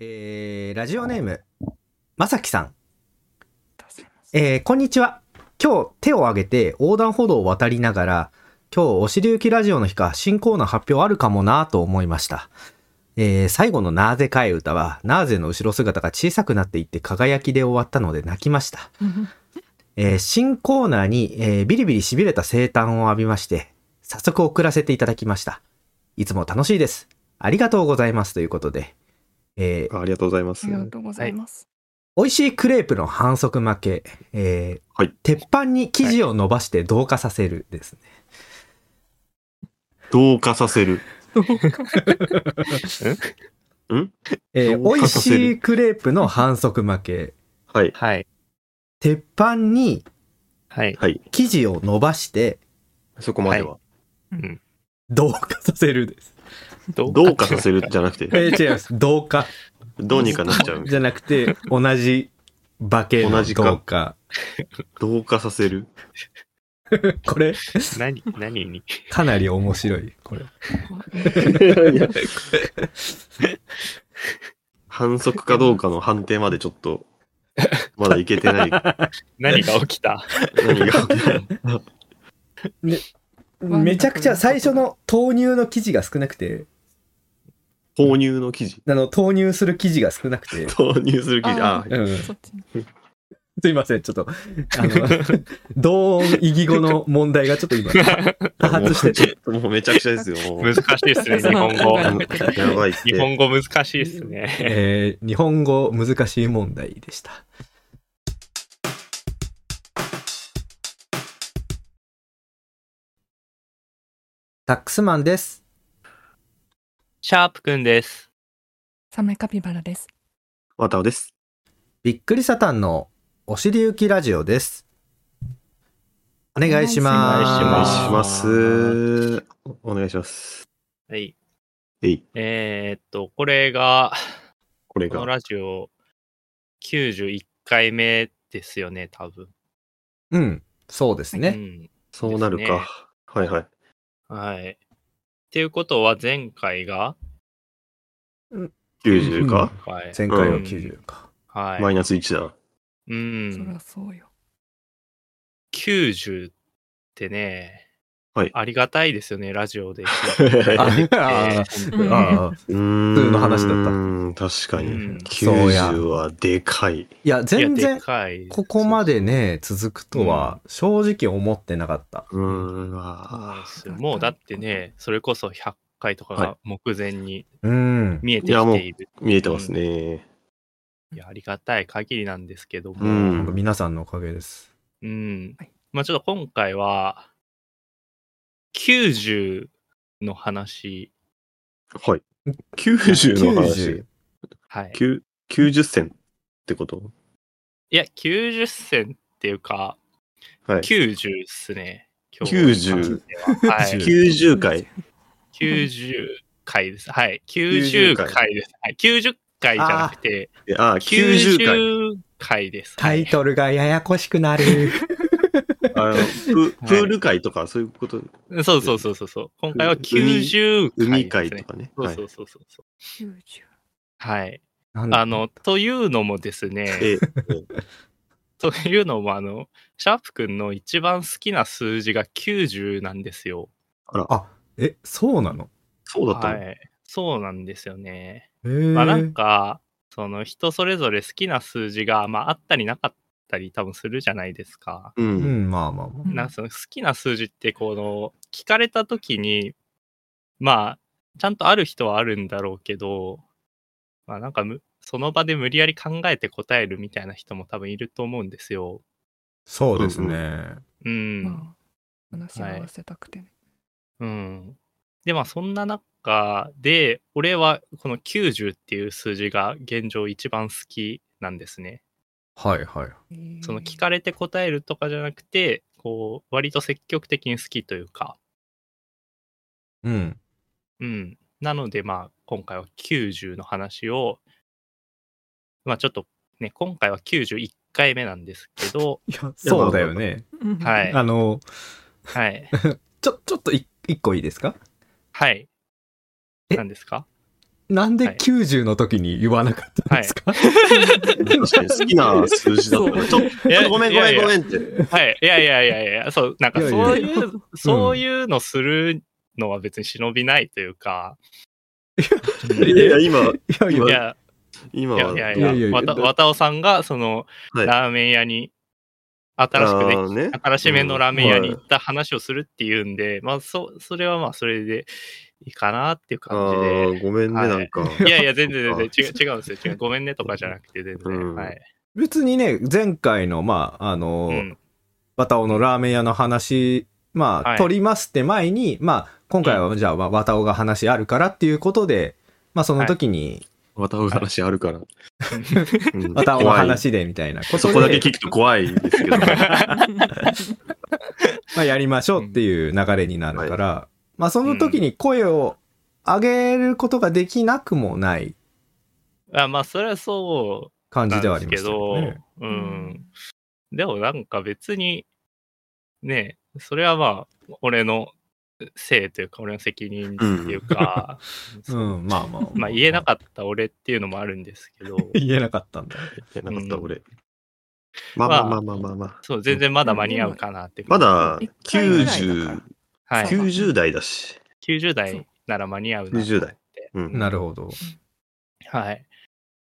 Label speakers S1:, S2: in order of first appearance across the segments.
S1: えー、ラジオネーム、まさきさん。
S2: 助かります
S1: えー、こんにちは。今日手を挙げて横断歩道を渡りながら、今日おしりゆきラジオの日か新コーナー発表あるかもなと思いました。えー、最後のなぜかい歌は、なぜの後ろ姿が小さくなっていって輝きで終わったので泣きま した。えー新コーナーに、えービリビリ痺れた生誕を浴びまして、早速送らせていただきました。いつも楽しいです。ありがとうございます。ということで、えー
S3: あありがとうございます。
S2: ありがとうございます。
S1: 美味しいクレープの反則負け、えー
S3: はい
S1: 鉄板に生地を伸ばして同化させるですね。
S3: 同化させる。ん
S1: えー美
S3: 同化
S1: 味
S3: させる
S1: しいクレープの反則負け、
S3: はい。
S2: はい。
S1: 鉄板に
S2: はい。
S3: はい。
S1: 生地を伸ばして
S3: そこまでは。
S2: うん。
S1: 同化させるです。
S2: ど
S3: 同化させるじゃなく て、
S1: えー違います。同化
S3: どうにかなっ ちゃう。
S1: じゃなくて、同じ化けの
S3: 同じか
S1: 同化。
S3: 同化させる。
S1: これ、
S2: 何、何に
S1: かなり面白い、これ。
S3: 反則かどうかの判定までちょっ と、まだいけてない。
S2: 何が起きた
S3: 何が起きない
S1: めちゃくちゃ最初の豆乳の生地が少なくて、
S3: 購入の記事。
S1: あの、豆乳する生地が少なくて、
S3: 購入する記事。あ
S4: あ
S3: あ、
S1: うん。
S4: そっちね
S1: すいません、ちょっと、あの、同音異義語の問題がちょっと今、多発してて、
S3: て。もうめちゃくちゃですよ。もう
S2: 難しいですね、日本語。
S3: あのやばいって。
S2: 日本語難しいですね。
S1: えー日本語難しい問題でした。タックスマンです。
S2: シャープくんです。
S4: サメカピバラです。
S3: またおです。
S1: びっくりサタンのおしりゆきラジオです。お願いします。
S4: お願いし
S3: お願い
S2: ます
S3: します。お願いします。
S2: はい。
S3: えい、
S2: えーっと、これが、
S3: これ
S2: この
S3: が。
S2: ラジオ91回目ですよね、多分。
S1: うん、そうです
S2: う
S1: ね。
S2: ん。
S3: そうなる
S2: ですね
S3: か。はいはい。
S2: はい。っていうことは、前回が、
S3: 90か、
S2: はい。
S1: 前回は
S2: うん
S1: 90か。
S2: はい。
S3: マイナス1だ。
S2: う
S4: そり
S2: ん
S4: ゃ。そうよ。
S2: 90ってね、
S3: はい
S2: ありがたいですよね、ラジオで聞いて。
S3: あ
S1: あ
S4: う
S1: ー
S4: ん
S1: あー、
S3: うーん
S1: 普通の話だった
S3: 確かに。
S2: うん
S1: そうや
S3: 90はでかい。
S1: いや、 全
S2: いや
S1: 然
S2: で、かい
S1: ここまでね、続くとは、正直思ってなかった。
S3: うーん、
S2: そうなん
S3: わ
S2: で
S3: あ
S2: すよもうだってね、それこそ100回とかが目前に
S1: うん。
S2: 見えてきている。
S3: 見えてますね。
S2: いや、ありがたい限りなんですけども。
S3: う
S1: なんか
S3: ん。
S1: 皆さんのおかげです。
S2: うん
S4: はい。
S2: まあちょっと今回は、90の話。
S3: はい。90の話。
S2: はい。
S3: きゅ90銭ってこと
S2: いや、90銭っていうか、
S3: はい。
S2: 90っすね。今日
S3: 90
S2: はい。
S3: 90回。
S2: 90回です。はい。90回です。はい。90回じゃなくて、
S3: えああ、90回。
S2: 90回です。
S1: タイトルがややこしく なる。
S3: あのププール会とか、そういうこと、
S2: ル。そうそうそうそうそう。今回は
S3: 海
S2: 90
S3: 海
S2: 回
S3: 会
S2: です、
S3: と
S2: ね。
S3: かね。
S2: そう
S3: はい
S2: そうそうそうそう。
S4: 90
S2: はい。
S1: なんだ
S2: あの、というのもですね、
S3: ええ
S2: というのも、あの、シャープくんの一番好きな数字が90なんですよ。
S1: あ、え、そうなの
S3: そうだった
S2: は
S3: の。
S2: い。そうなんですよね。
S1: へ
S2: まあなん
S1: ー
S2: か、その人それぞれ好きな数字が、まああったりなかったり多分するじゃないですか。
S3: う。
S1: うんん、まあまあまあ。
S2: なんかその好きな数字って、この、聞かれた時に、まあ、ちゃんとある人はあるんだろうけど、まあなんかむ、その場で無理やり考えて答えるみたいな人も多分いると思うんですよ。
S1: そうです
S3: う
S1: ね。
S2: うん。
S4: まあ、話を合わせたくてね。
S2: うん。で、まあそんな中で、俺はこの90っていう数字が現状一番好きなんですね。
S1: はいはい。
S4: えー
S2: その聞かれて答えるとかじゃなくて、こう、割と積極的に好きというか、
S1: うん。
S2: うん。なので、まあ、今回は90の話を、まあ、ちょっとね、今回は91回目なんですけ
S1: 、
S2: ど
S1: いや、そうだよね。
S4: うん
S2: はい
S1: あの、
S2: はい。
S1: ちょ、ちょっとい一個いいですか
S2: はい。
S1: え
S2: 何ですか
S1: なん
S2: は
S1: で
S2: い
S1: 90の時に言わなかったんですか、
S3: 確かに好きな数字だったから。ちょっ
S2: いや
S3: とごめん
S2: い
S3: ご
S2: や
S3: め
S2: い
S3: ん
S2: や
S3: ごめんって。
S2: はい。いやいやいやいや、そう、なんか
S1: いやいや
S2: そういう、そういうのするのは別に忍びないというか、
S3: いやいや、今、
S1: いやい
S2: い
S1: や、
S2: や、
S3: 今
S2: い
S3: は
S2: やいや
S1: いやいや
S2: いや、わたわたおさんが、その、
S3: はい
S2: ラーメン屋に、新しくでき
S3: あーね。
S2: 新しめのラーメン屋に
S3: うん
S2: 行った話をするっていうんで、まあ、そ、それはまあ、それでいいかなっていう
S3: あ
S2: 感じで。
S3: ーごめん
S2: は
S3: ね、
S2: い
S3: なんか。
S2: いやいや、全然
S3: そっ
S2: 全然違う違うんですよ。違うごめんねとかじゃなくて、全然。
S3: うん
S2: はい。
S1: 別にね、前回の、まあ、あの、
S2: うん
S1: バタオのラーメン屋の話、まあ、
S2: はい
S1: 取りますって前に、まあ、今回はじゃあ、まあバタオが話あるからっていうことで、まあ、その時に、
S3: またお話あるから。 うん
S1: バタオの
S3: 怖い
S1: 話でみたいな ことで、
S3: そこだけ聞くと怖いんですけど。
S1: まあ、やりましょうっていう流れになるから、まあ、その時に声を上げることができなくもない
S2: あまあ、それはそ
S1: 感
S2: うな
S1: じ
S2: ん
S1: では
S2: で
S1: あり
S2: す
S1: ました
S2: け
S1: け
S2: ど、
S1: どね。
S4: う
S2: う。。
S4: ん
S2: でもなんか別に、ねえ、それはまあ、俺のせいというか、俺の責任っていうか、
S1: う、
S2: そうん
S1: まあまあ。
S2: まあ言えなかった俺っていうのもあるんですけど、
S1: 言えなかったんだ。
S3: いやなかった、
S2: うん
S3: 俺。まあまあまあまあまあまあ。
S2: そう、全然まだ間に合うかなって
S3: ま
S2: 感じ。
S3: だ
S4: 一回ぐらいだから
S3: 90、
S2: はい、
S3: 90代だし。
S2: 90
S4: そう
S2: 代なら間に合うな
S3: 90代。うん。
S1: なるほど。
S2: はい。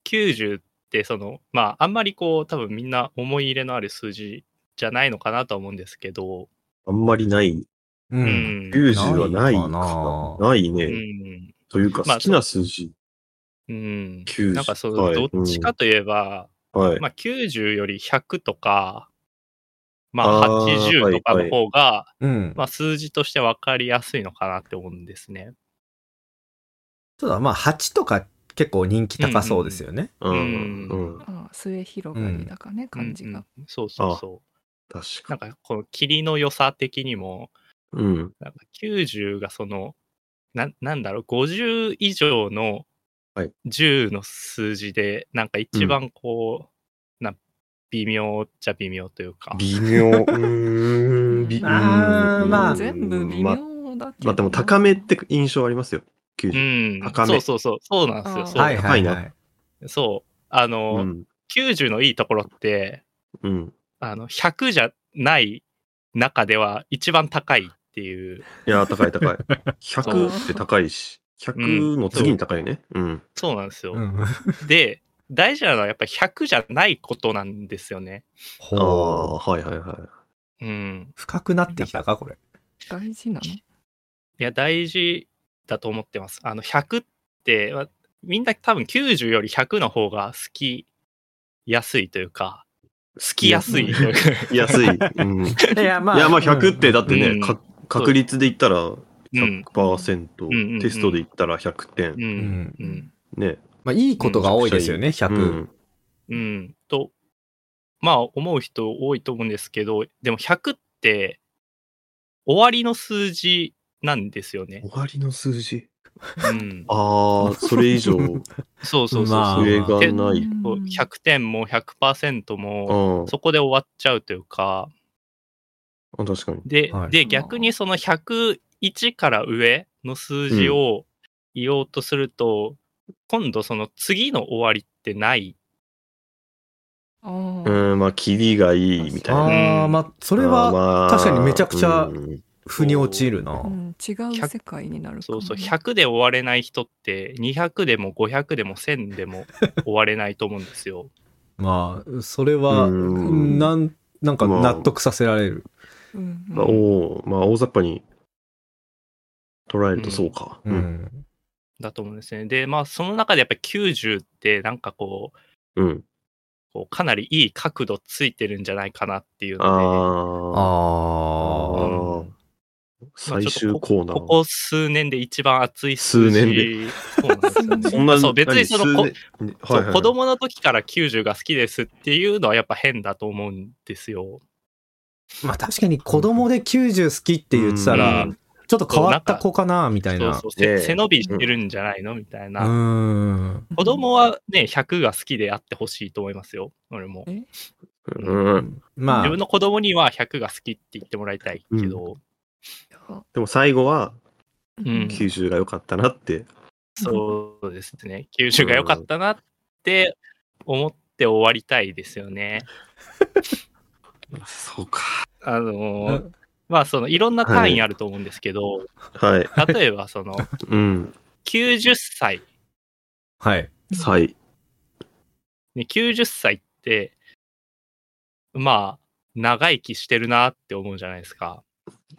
S2: 90って、その、まあ、あんまりこう、多分みんな思い入れのある数字じゃないのかなとは思うんですけど、
S3: あんまりない。
S1: う。
S2: うん
S3: 90はな
S1: な
S3: い
S1: いか
S3: か
S1: な
S3: な。ないうね。
S2: ん。
S3: というか、
S2: まあ
S3: 好きな数字。
S2: うん。
S3: 90
S2: なんかそ
S3: は
S2: の、
S3: い
S2: どっちかといえば、
S3: はい。
S2: まあ、90より100とか、ま
S3: あ
S2: あ、
S3: ー
S2: 80とかの方が、
S1: うん。
S2: まあ、数字として分かりやすいのかなって思うんですね。
S1: ただ、まあ、8とか結構人気高そうですよね。
S3: う
S2: う
S3: ん。
S2: ん
S3: うん
S4: ああ末広がりだかね、感じが。
S2: うんうんそうそうそう。
S3: 確
S2: なん
S3: か。
S2: か、この霧の良さ的にも、
S3: うん。
S2: なんか90がその、ななんだろう、50以上の
S3: はい
S2: 10の数字で、なんか一番こう、な微妙っちゃ微妙というか。
S3: 微妙。うーん。び
S1: あー
S3: うん
S1: まあ
S4: 全部微
S3: まあ
S4: 妙だけど。
S3: まあでも高めって印象ありますよ。
S2: う
S3: 90。
S2: ん、
S3: 高め
S2: そうそうそう、そうなんですよ。そう,、
S1: はいはいは
S3: 高
S1: い。
S2: そうあ
S3: う
S2: の、
S3: ん。
S2: 90のいいところって、
S3: うん。
S2: あの100じゃない中では一番高いっていう、
S3: いやー、高い 高い。
S2: そう
S3: 100って高いし、100の次に高いね。うん。
S2: そうなんですよ。
S1: うん。
S2: で、大事なのはやっぱり100じゃないことなんですよね。
S1: ほ
S3: あ
S1: う
S3: あ、はいはいはい。
S2: うん。
S1: 深くなってきたか、これ。
S4: 大事なの
S2: いや、大事だと思ってます。あの、100って、まあみんな多分90より100の方が好きやすいというか、
S3: 好
S2: 好きやすいというか。
S3: 安い。うん。い
S1: いや、ま
S3: や、まあ100って、だって
S2: う
S3: ね、
S2: ん
S3: か確率で言ったら
S2: うん。んうん
S3: 100%、テストで言ったら100点
S2: う。ん。
S4: う
S2: うんん。
S3: ね。
S1: まあ、いいことが多いですよね、
S3: う
S1: 100。
S3: ん。
S2: うん。と、まあ、思う人多いと思うんですけど、でも100って、終わりの数字なんですよね。
S3: 終わりの数字。
S2: うん。
S3: ああ、それ以 上
S2: そうそうそうそう。
S1: まあ
S3: 上がない。
S2: こう100点も100%も、
S3: あ
S2: そこで終わっちゃうというか、
S3: あ、確かに。
S2: で、
S1: はい
S4: あ
S2: で
S4: ー
S2: 逆にその101から上の数字を言おうとすると、今度その次の終わりってない。
S4: あー
S3: うん、まあ、キリがいいみたいな。
S1: ああ、
S2: うん
S1: まあ、それは
S3: まあ
S1: 確かにめちゃくちゃ
S3: うん
S1: 腑に落ちるな
S4: う。ん違う世界になるか
S2: そ
S4: も
S2: う
S4: ね
S2: そう、100で終われない人って、200でも500でも1000でも終われないと思うんですよ。
S1: まあ、それは、
S3: うん
S1: なん、なんか
S3: まあ
S1: 納得させられる。
S4: うんうん
S3: まあ、おーまあ、大雑把に捉えるとそうか。
S1: う
S3: うん。
S1: ん。
S2: だと思うんですね。で、まあその中でやっぱり90ってなんかこう、
S3: うん。
S2: こうかなりいい角度ついてるんじゃないかなっていうの
S1: あ
S3: ああ、
S1: あ。
S3: ー
S2: で、うん
S3: 最終コーナ
S2: こ
S3: ー。
S2: こ数年で一番熱い数字。
S3: 数年
S2: そうなんですよね
S3: そんな
S2: そう別にそのこ
S3: 何数年
S2: そう
S3: はいはい
S2: 子供の時から90が好きですっていうのはやっぱ変だと思うんですよ。
S1: まあ、確かに子供で90好きって言ってたら
S2: う、
S1: ちょっと変わった子かな、みたい
S2: そう
S1: な
S2: そう。せ
S3: ええ
S2: 背伸びしてるんじゃないのみたいうな。
S1: ーん。
S2: 子供はね、100が好きであってほしいと思いますよ、俺も。
S3: うん。
S1: ま
S2: 自
S1: あ
S2: 分、の子供には100が好きって言ってもらいたいけど、
S4: うん
S3: でも最後は
S2: うん
S3: 90が良かったなって
S2: そうですね。九州が良かったなって思って終わりたいですよね。
S3: そうか。
S2: あの
S1: う
S2: ー
S1: ん
S2: まあそのいろんな単位あると思うんですけど、
S3: はい。
S2: 例えばその
S3: うん。
S2: 90歳、
S1: はい。
S3: 歳。
S2: ね、90歳ってまあ長生きしてるなって思うじゃないですか。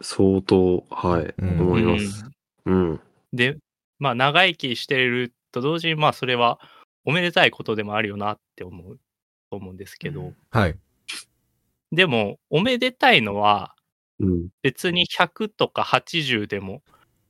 S3: 相当、はい。
S1: うん
S3: 思います。うん。
S2: でまあ長生きしてると同時にまあそれはおめでたいことでもあるよなって思うと思うんですけど、
S4: うん
S1: はい。
S2: でもおめでたいのは
S3: うん。
S2: 別に100とか80でも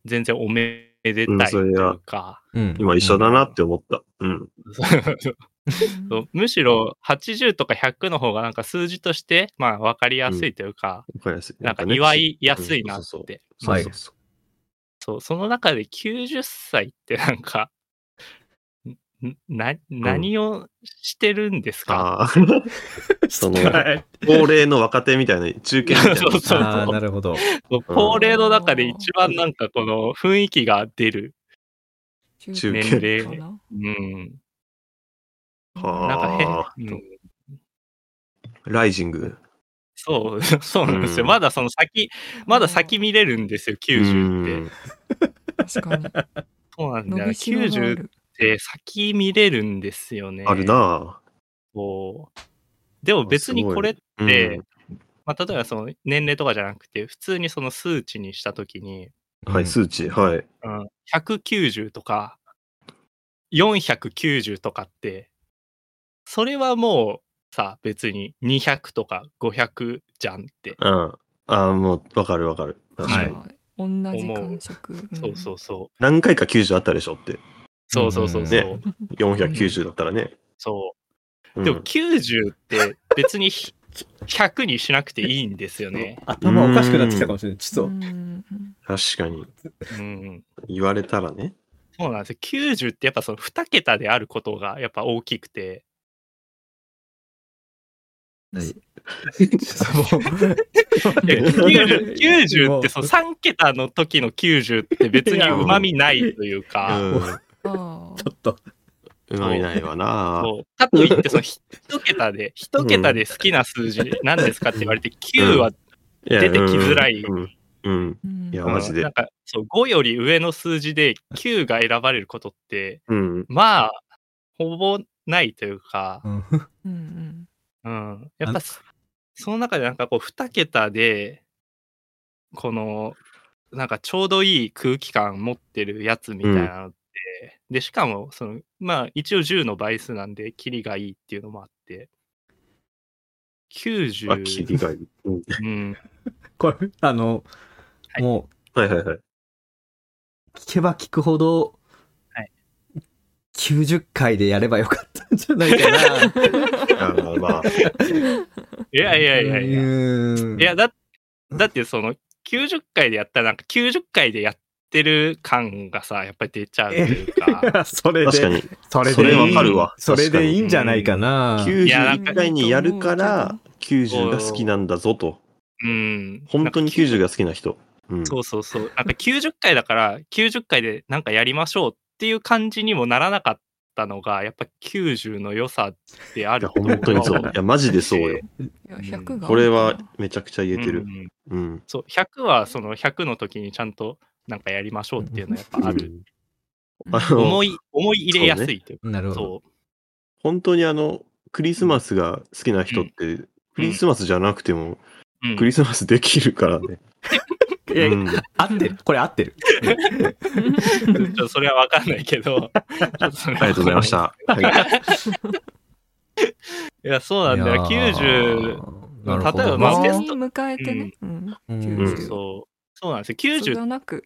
S2: 全然おめで
S3: うん
S2: たいと
S3: それ
S2: い
S3: は
S2: うか、
S1: うん。
S3: 今一緒だなって思った。うん。
S2: そうむしろ80とか100の方がなんか数字としてまあ分かりやすいというか、
S3: わかりやすい。
S2: なんか
S3: ね
S2: 祝いやすいなって、
S3: そ
S1: そ
S3: うそう
S1: う
S3: そう
S1: はい
S3: そうそう
S2: そうその中で90歳ってなんかんんな何をしてるんですか、
S3: ああ、その、
S2: はい
S3: 高齢の若手みたいな、中堅みたいな。
S2: そうそうそう
S1: ああ、なるほど。
S2: そう高齢の中で一番なんかこの雰囲気が出る、
S3: 中
S2: 堅
S4: 年齢かな
S2: うん、なん
S3: は
S2: か変、うん
S3: あ、ライジング。
S2: そう、 そうなんですよ。
S3: うん
S2: まだその先、まだ先見れるんですよ、90って。
S3: うん
S4: 確かに
S2: そうなんだ
S4: 伸
S2: よ。
S4: びしろがあ
S2: 90っ
S4: る
S2: て先見れるんですよね。
S3: あるな
S2: そうでも別に
S3: あすごい
S2: これ、
S3: ぁ。
S2: でまあ、例えばその年齢とかじゃなくて、普通にその数値にしたときに、
S3: うん、は
S1: うん
S3: い、数値。はい。
S2: うん、190とか、490とかって、それはもうさ、別に200とか500じゃんって。
S3: うん。ああ、もう、わかるわかる。
S1: は
S3: はいい。
S4: 同じ感触
S2: そうそうそう。
S3: 何回か90あったでしょって。
S2: そうそうそうそう。
S3: ね490だったらね。
S2: そ
S3: う
S2: う。
S3: ん
S2: でも90って別にひ100にしなくていいんですよ ね。
S1: 頭おかしくなってきたかもしれない。ちょっと。
S4: ん
S3: 確かに。
S2: うん、
S3: 言われたらね。
S2: そうなんですよ。90ってやっぱその2桁であることがやっぱ大きくて。
S1: ちょっ ともう
S2: で 90, 90ってその
S1: もう
S2: 3桁の時の90って別にうまみないという
S3: う
S2: か。
S3: ん。
S4: あ
S1: ちょっと。
S3: うまみないわなぁ。
S2: そうかといってその1桁 で1桁で好きな数字何ですかって言わ れて9は、
S3: いや
S2: 出てきづらい
S3: うん。うん。
S4: ー
S3: いや
S2: うん
S3: マジで
S2: なんかそう5より上の数字で9が選ばれることって
S3: うん。
S2: まあほぼないというか、
S1: うん
S4: うんうん
S2: うんやっ
S1: あ
S2: ぱ
S1: の
S2: そその中でなんかこう2桁でこのなんかちょうどいい空気感持ってるやつみたいなのって、でしかもそのまあ一応10の倍数なんでキリがいいっていうのもあって
S3: あ、切り
S2: 90、
S3: がいい。うん
S2: うん、
S1: これ、あの、
S2: はい
S1: も
S3: はいはいはい。
S1: う、聞けば聞くほど、
S2: はい
S1: 90回でやればよかったんじゃないか な。
S3: あーまあ、
S2: いやいやいやいや、
S1: うーん
S2: いやだだってその90回でやったらなんか90回でやってる感がさやっぱり出ちゃうというか。
S1: それ
S3: 確か
S1: で、
S3: に。
S1: それ
S3: そ
S1: で
S3: れ
S1: いい
S3: わかるわ。
S1: それでいい
S3: い。
S1: んじゃないかな。
S2: いやなん
S3: 90
S2: か
S3: 以外にやるから、90が好きなんだぞと。
S2: うん、
S3: 本当に90が好きな人。うん。
S2: そうそうそう。なんか90回だから、90回でなんかやりましょうっていう感じにもならなかったのが、やっぱ90の良さであ
S3: いや
S2: ること
S3: 本当にそう。いや、マジでそうよ。
S4: いや100が
S3: これはめちゃくちゃ言えて
S2: う
S3: る。
S2: ん
S3: うん。
S2: そう、100はその100の時にちゃんとなんかやりましょうっていうのはやっぱある。
S3: あの
S2: 思い、思い入れやすいという
S1: なる
S2: か。
S1: ほど。
S2: そう。
S3: 本当にあの、クリスマスが好きな人って、クリスマスじゃなくても、
S2: うん
S3: クリスマスできるからね。
S1: いや
S3: うん
S1: 合ってる。これ合ってる。
S2: ちょっとそれはわかんないけ ど。ありが
S3: ありがとうございまし。た。はい
S2: いや、そうなんだよ。
S1: いやー
S2: 90、、
S1: なるほど
S2: 例え
S4: ま
S2: ばま
S4: あ
S2: あ
S4: テ
S2: テ
S4: スト
S2: スト
S4: 迎えてね、うん
S1: う
S4: 90
S1: ん
S2: そう。そうなんですよ。
S4: それ
S2: 90
S4: はなく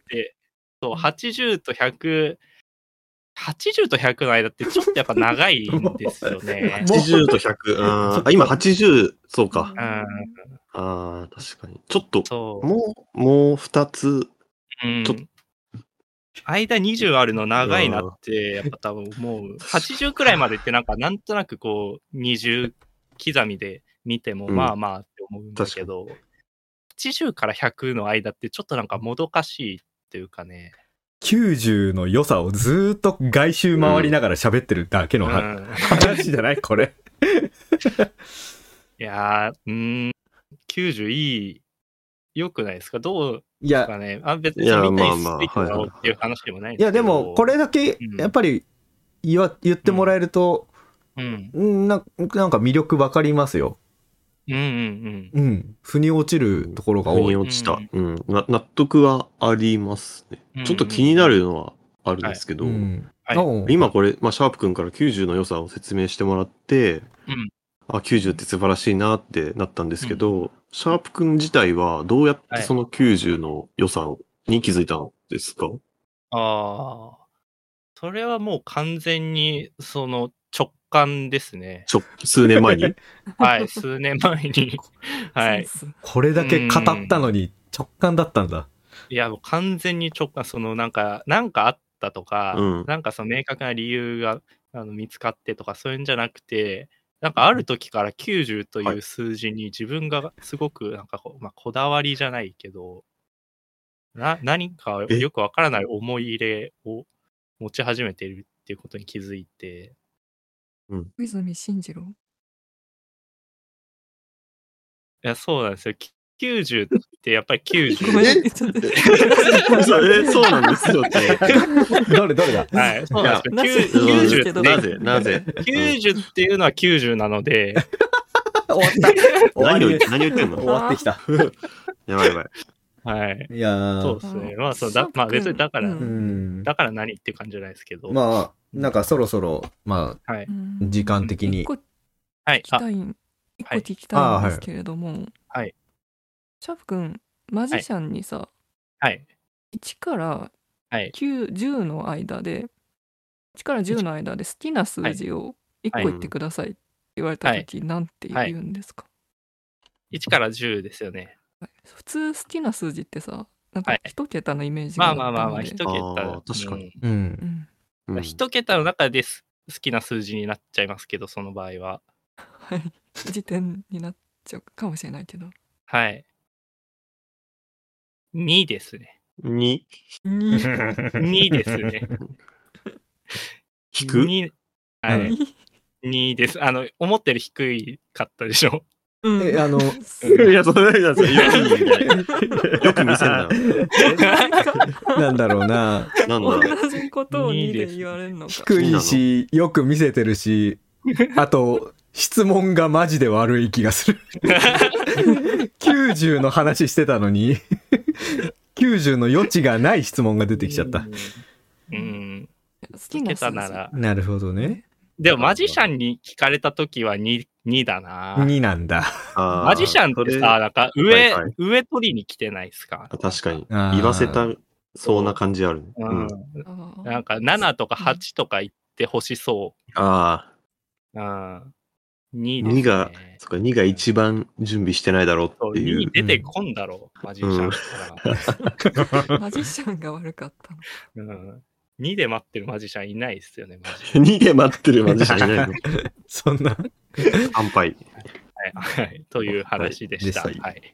S2: そう80と10080と100の間ってちょっとやっぱ長いんですよね
S1: 。もう
S3: 80と100。あーあ今80、そうか。
S2: うん
S3: ああ、確かに。ちょっと、
S2: そう。
S3: もう、もう2つ。
S2: うん
S3: ちょ
S2: 間20あるの長いなって、やっぱ多分もう、80くらいまでってなんかなんとなくこう、20刻みで見ても
S3: うん
S2: まあまあって思うんだけど、80から100の間ってちょっとなんかもどかしいっていうかね。
S1: 90の良さをずーっと外周回りながら喋ってるだけの
S2: う
S1: は
S2: ん、
S1: 話じゃないこれ。
S2: いやー、うーん、90いい、良くないですかどう
S1: い
S2: です
S1: や、
S2: かねあ、別に
S3: いや
S2: 見たい
S3: まあ
S2: す
S3: まあ
S2: べきだろ
S3: は
S2: う
S3: い
S2: っていう話でもないん
S1: い
S2: です
S1: や
S2: け
S1: で
S2: ど
S1: もこれだけ
S2: うん
S1: やっぱり言わ言ってもらえると、
S2: うん。
S1: うん、ななんか魅力わかりますよ。
S2: うんうん
S1: うん。腑に落ちるところが
S3: 腑
S1: 多
S3: に
S1: い。
S3: 落ちた
S2: うん。
S3: うん。な納得はありますね。
S2: うん。
S3: ちょっと気になるのはあるんですけど、
S1: うん
S2: はい
S1: おう
S3: 今これ、まあ、シャープ君から90の良さを説明してもらって、
S2: うん
S3: あ、90って素晴らしいなってなったんですけど、シャープ君自体はどうやってその90の良さに気づいたんですか、
S2: ああ。それはもう完全に、その、直感ですね。
S3: ちょ数年前に
S2: はい、数年前に。はい。
S4: センス
S1: これだけ語ったのに直感だったんだ。
S2: いや、もう完全に直感、その、なんか、なん かあったとか、
S3: うん
S2: なんかその明確な理由があの見つかってとか、そういうんじゃなくて、なんかある時から90と
S3: はいいう
S2: 数字に自分がすごくなんかこう、まあ、こだわりじゃないけど、な何か
S3: え
S2: よくわからない思い入れを持ち始めているっていうことに気づいて、
S4: 小泉進次郎。
S2: いや、そうなんですよ。き90ってやっぱり
S4: ごめん
S2: 90。
S4: ねちょっと。
S3: えそうなんですよ って。
S1: どれどれだ
S2: はい、そうなん
S4: いや
S2: ですよ。
S4: なぜ
S2: 90って
S3: なぜなぜ
S2: 90っていうのは90なので、
S1: 終わった。終わ
S3: 何を言
S1: りで
S3: って
S1: す
S3: 何を言ってん
S1: 終
S3: の
S1: わってきた。
S3: やばいやばい。
S2: はい。
S1: いやー
S2: そうですね。
S4: うん
S2: まあ、そうだまあ、別にだから、
S4: ショック
S1: うん。
S2: だから何っていう感じじゃないですけど。
S1: まあ、なんかそろそろ、まあ、
S2: はい。
S4: うん
S1: 時間的
S4: 一
S1: に
S4: 個。聞
S2: はい。
S4: き
S2: あ、
S4: たいん、一個
S2: はい
S4: 聞きたいんですけれども、
S2: はいはい
S4: シャープ君、マジシャンにさ、
S2: はい。
S4: 1から
S2: はい
S4: 9 10の間で1から10の間で好きな数字を1個
S2: はい
S4: 言ってくださいって言われた時なんて言うんですか、
S2: 1から10ですよね。
S4: 普通好きな数字ってさなん
S2: は
S4: か
S2: い
S4: 一桁のイメージ
S2: ま
S4: が
S2: あまあまあまあ、
S4: るん
S2: 1
S4: で
S2: 桁。
S3: あー確かに
S1: う。
S4: うんん
S3: うん
S2: 1桁の中です好きな数字になっちゃいますけど、その場合は。
S4: はい時点になっちゃうかもしれないけど
S2: はい。2ですね。
S3: に
S2: 2ですね。
S3: 引く
S2: 2はい。
S4: い
S2: 2です。あの、思ったより低いかったでし ょ。
S4: うん
S1: え、あの、
S3: いや、それなんですよ。よく見せんな。
S1: なんだろうな。
S3: なんだ
S4: 同じことを2で言われるのか
S1: 低いし、よく見せてる し、あと、質問がマジで悪い気が する。90の話してたの に、90の余地がない質問が出てきちゃった。
S2: うん。うん。
S4: 好き
S2: 1
S4: な数
S2: 桁
S4: 字
S2: なら。
S1: なるほどね。
S2: でも、マジシャンに聞かれたときは 2, 2だな。
S1: 2なんだ。
S3: あー
S2: マジシャンってさ、なんか上、
S3: はいはい
S2: 上取りに来てないですか
S3: あ確かに。
S1: あー
S3: 言わせたそうな感じあるね。
S2: う
S3: うん
S4: あ
S3: ん。
S4: ー
S2: なんか7とか8とか言ってほしそ
S3: ああ、
S2: う。うん。2です、ね。
S3: 2が、そっか、2が一番準備してないだろう
S2: そう
S3: ってい
S2: 2
S3: う。
S2: 出てこんだろう、マジシャンから、
S4: マジシャンが悪かった の
S2: うん。2で待ってるマジシャンいないですよね、マジで。
S3: 2で待ってるマジシャンい ないの。
S1: そんな。
S3: 乾杯。
S2: はい。はい、という話でした。は
S3: はい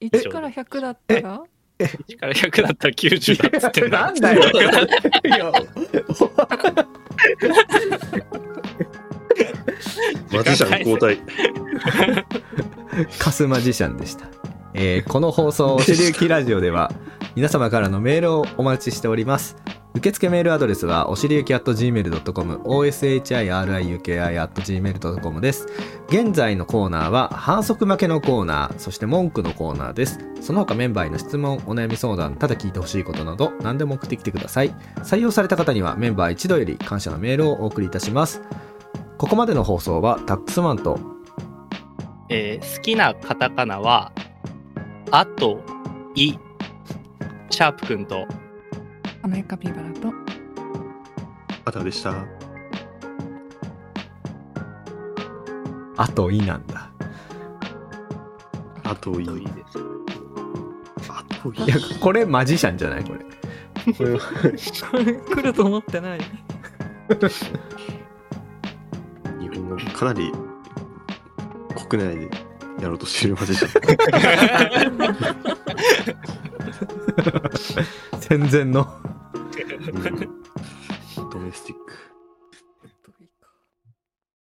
S2: い。
S4: 1から100だったら
S2: 1から100だったら90だっつってんだ
S1: なんだよ。いや、
S3: マジシャン交代。
S1: カスマジシャンでした。えーこの放送、おしりゆきラジオでは、皆様からのメールをお待ちしております。受付メールアドレスは、おしりゆき .gmail.com、oshiriuki.gmail.com です。現在のコーナーは、反則負けのコーナー、そして文句のコーナーです。その他メンバーへの質問、お悩み相談、ただ聞いてほしいことなど、何でも送ってきてください。採用された方には、メンバー一度より感謝のメールをお送りいたします。ここまでの放送は、タックスマンと、
S2: えー好きなカタカナは、あと、い、シャープくん と、
S4: アメリカピーバラと
S3: あたでした。
S1: あといなんだ。
S3: あといい。
S2: いいです。
S3: あとい
S1: いや
S3: い。、
S1: これマジシャンじゃないこれ。
S4: これ来ると思ってない
S3: 日本のかなり国内でやろうとしてるマジシャ ン。
S1: 戦前の。